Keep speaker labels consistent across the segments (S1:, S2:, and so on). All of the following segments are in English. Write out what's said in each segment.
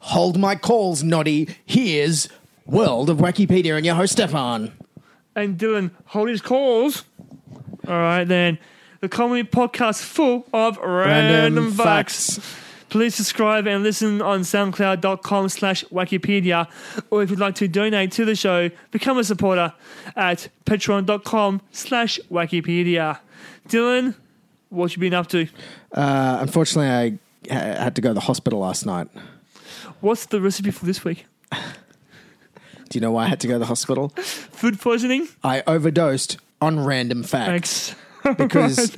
S1: Hold my calls, Noddy. Here's World of Wikipedia and your host, Stefan.
S2: and Dylan hold his calls. All right, then. The comedy podcast full of random, facts. Please subscribe and listen on soundcloud.com slash Wikipedia. Or if you'd like to donate to the show, become a supporter at patreon.com slash Wikipedia. Dylan, what you been up to?
S1: Uh, unfortunately, I ha- had to go to the hospital last night.
S2: What's the recipe for this week?
S1: Do you know why I had to go to the hospital?
S2: Food poisoning?
S1: I overdosed on random facts
S2: Thanks.
S1: because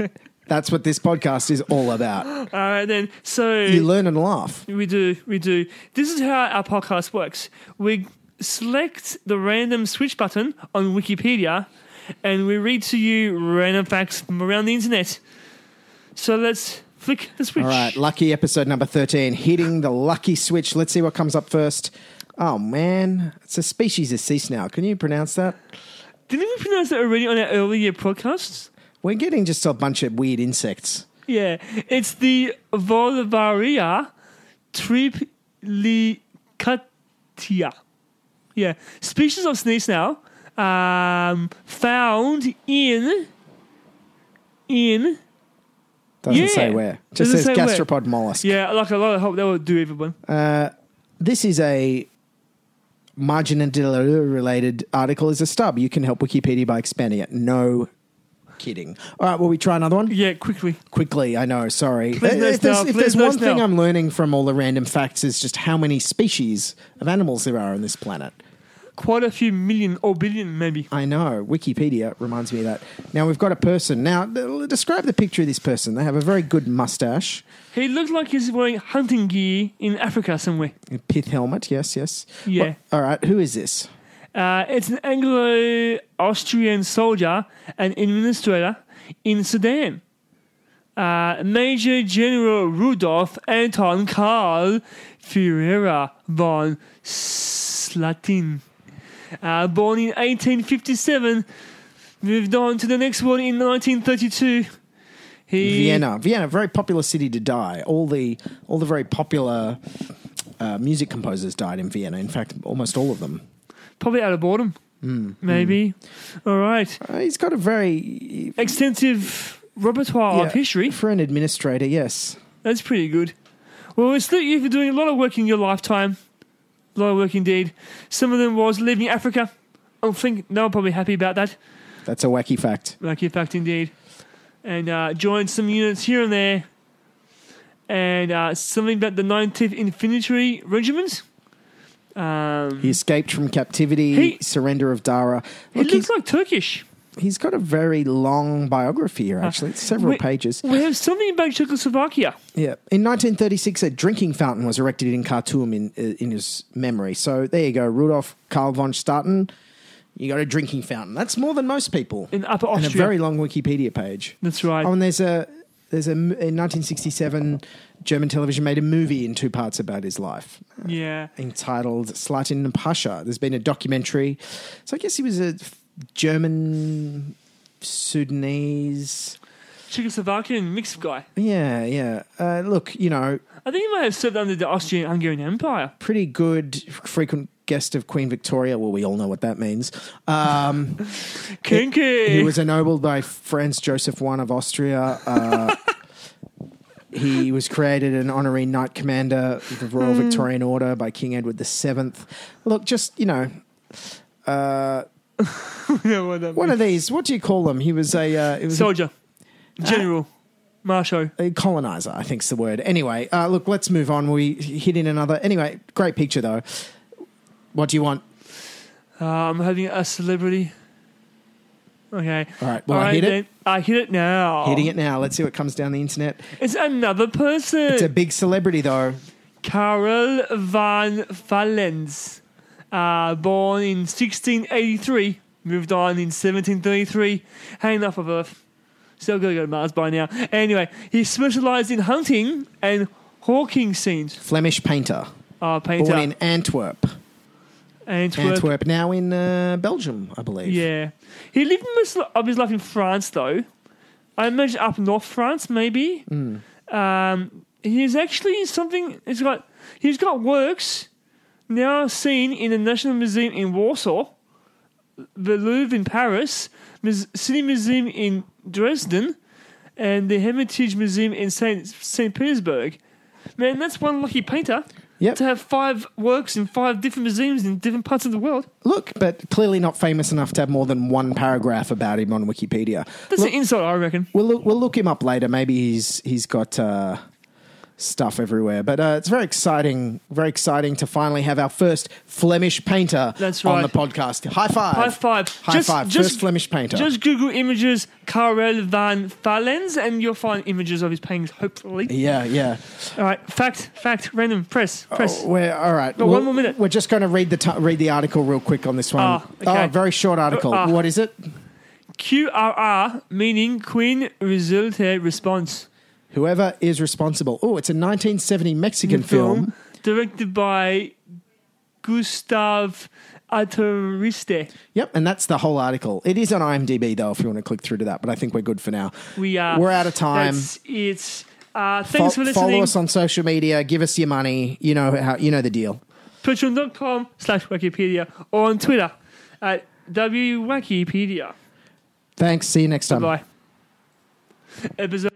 S1: that's what this podcast is all about.
S2: All right, then. So
S1: You learn and laugh.
S2: We do, we do. This is how our podcast works. We select the random switch button on Wikipedia and we read to you random facts from around the internet. So let's flick the switch.
S1: All right, lucky episode number 13, hitting the lucky switch. Let's see what comes up first. Oh, man. It's a species of sea snail. Can you pronounce that?
S2: Didn't we pronounce that already on our earlier podcasts?
S1: We're getting just a bunch of weird insects.
S2: Yeah. It's the Volvaria triplicatia. Yeah. Species of snake snail um, found in. In
S1: Doesn't
S2: Yeah.
S1: say where. Just
S2: Doesn't
S1: says
S2: say where.
S1: gastropod mollusk.
S2: Yeah, like a lot of hope they will do everyone.
S1: This is a marginadilla related article is a stub. You can help Wikipedia by expanding it. No kidding. All right, will we try another one?
S2: yeah, quickly.
S1: Quickly, I know, sorry. if
S2: Please no
S1: there's,
S2: snail,
S1: if
S2: please
S1: there's
S2: no
S1: one thing
S2: snail.
S1: I'm learning from all the random facts is just how many species of animals there are on this planet.
S2: Quite a few million or billion, maybe.
S1: I know. Wikipedia reminds me of that. Now we've got a person. Now th- describe the picture of this person. They have a very good mustache,
S2: He looked like he's wearing hunting gear in Africa somewhere.
S1: a pith helmet. Yes, yes.
S2: Yeah.
S1: What- all right. Who is this?
S2: Uh, it's an Anglo Austrian soldier and administrator in Sudan. Uh, Major General Rudolf Anton Karl Ferreira von Slatin. Uh, born in 1857, moved on to the next one in 1932. He,
S1: Vienna. Vienna, very popular city to die. All the all the very popular uh, music composers died in Vienna. In fact, almost all of them.
S2: Probably out of boredom.
S1: Mm,
S2: maybe. All right.
S1: Uh, he's got a very
S2: Extensive repertoire
S1: yeah,
S2: Oh, of history.
S1: for an administrator. Yes.
S2: That's pretty good. Well, we salute you for doing a lot of work in your lifetime. A lot of work indeed. Some of them was leaving Africa. I don't think they were probably happy about that.
S1: That's a wacky fact.
S2: Lucky fact indeed. And uh, joined some units here and there. And uh, something about the 19th Infantry Regiment. Um,
S1: He escaped from captivity,
S2: He-
S1: surrender of Dara.
S2: he
S1: Look, he's,
S2: looks like Turkish.
S1: he's got a very long biography here, actually. It's several
S2: Uh, we-
S1: pages.
S2: We have something about Czechoslovakia.
S1: Yeah. In 1936, a drinking fountain was erected in Khartoum in uh, in his memory. So there you go, Rudolf Karl von Staten. You got a drinking fountain. That's more than most people.
S2: In Upper
S1: and a
S2: Austria.
S1: very long Wikipedia page.
S2: That's right.
S1: Oh, and there's a there's a m- in 1967 German television made a movie in two parts about his life
S2: yeah.
S1: entitled Slatin Pasha. There's been a documentary. So I guess he was a f- German Sudanese.
S2: Czechoslovakian mixed guy.
S1: Yeah, yeah. Uh, look, you know,
S2: I think he might have served under the Austrian Hungarian Empire.
S1: pretty good frequent guest of Queen Victoria. Well, we all know what that means. Um,
S2: Kinky.
S1: he was ennobled by Franz Joseph I of Austria. Uh, he was created an honorary knight commander of the Royal Victorian Order by King Edward VII. Look, just, you know, uh,
S2: Yeah, well done.
S1: one of these, what do you call them? He was a, uh, it was a,
S2: soldier,
S1: Ah.
S2: general, marshal.
S1: a colonizer, I think's the word. Anyway, uh, look, let's move on. We hit in another. Anyway, great picture, though. What do you want?
S2: Uh, I'm having a celebrity. Okay.
S1: All right, well, I hit it.
S2: I hit it now.
S1: Hitting it now. Let's see what comes down the internet.
S2: It's another person.
S1: It's a big celebrity, though.
S2: Karel van Valens, uh, born in 1683, moved on in 1733, had enough of Earth. Still gotta go to Mars by now. Anyway, he specialised in hunting and hawking scenes.
S1: Flemish painter,
S2: Oh, painter.
S1: born in Antwerp.
S2: Antwerp.
S1: Antwerp, now in uh, Belgium, I believe.
S2: Yeah. He lived most of his life in France, though. I imagine up north France, maybe. Um, he's actually something. He's got He's got works now seen in the National Museum in Warsaw, the Louvre in Paris, Mus- City Museum in Dresden, and the Hermitage Museum in Saint Saint Petersburg. Man, that's one lucky painter
S1: Yep.
S2: to have five works in five different museums in different parts of the world.
S1: Look, but clearly not famous enough to have more than one paragraph about him on Wikipedia.
S2: That's an insult, I reckon.
S1: We'll look, we'll look him up later. Maybe he's he's got uh, stuff everywhere. But uh, it's very exciting, very exciting to finally have our first Flemish painter
S2: That's
S1: on
S2: right.
S1: the podcast. High five!
S2: High five.
S1: High five. first Flemish painter.
S2: Just Google images Karel van Valens and you'll find images of his paintings, hopefully.
S1: yeah, yeah.
S2: All right, fact, fact, random, press, press.
S1: Oh, we're all right.
S2: Got one more minute.
S1: We're just going to read the t- read the article real quick on this one.
S2: Ah, okay.
S1: Oh, very short article.
S2: Uh, ah.
S1: what is it?
S2: QRR, meaning Queen Resulte Response.
S1: Whoever is responsible. Oh, it's a 1970 Mexican
S2: Mm,
S1: film.
S2: Directed by Gustav Atoriste.
S1: Yep, and that's the whole article. It is on IMDb though, if you want to click through to that. But I think we're good for now.
S2: We are.
S1: We're out of time.
S2: That's it. Uh,
S1: Fo-
S2: thanks for
S1: Follow
S2: listening.
S1: us on social media. Give us your money. You know how. You know the deal.
S2: Patreon.com slash Wikipedia or on Twitter at WWikipedia.
S1: Um. Thanks. See you next time.
S2: Bye. Episode.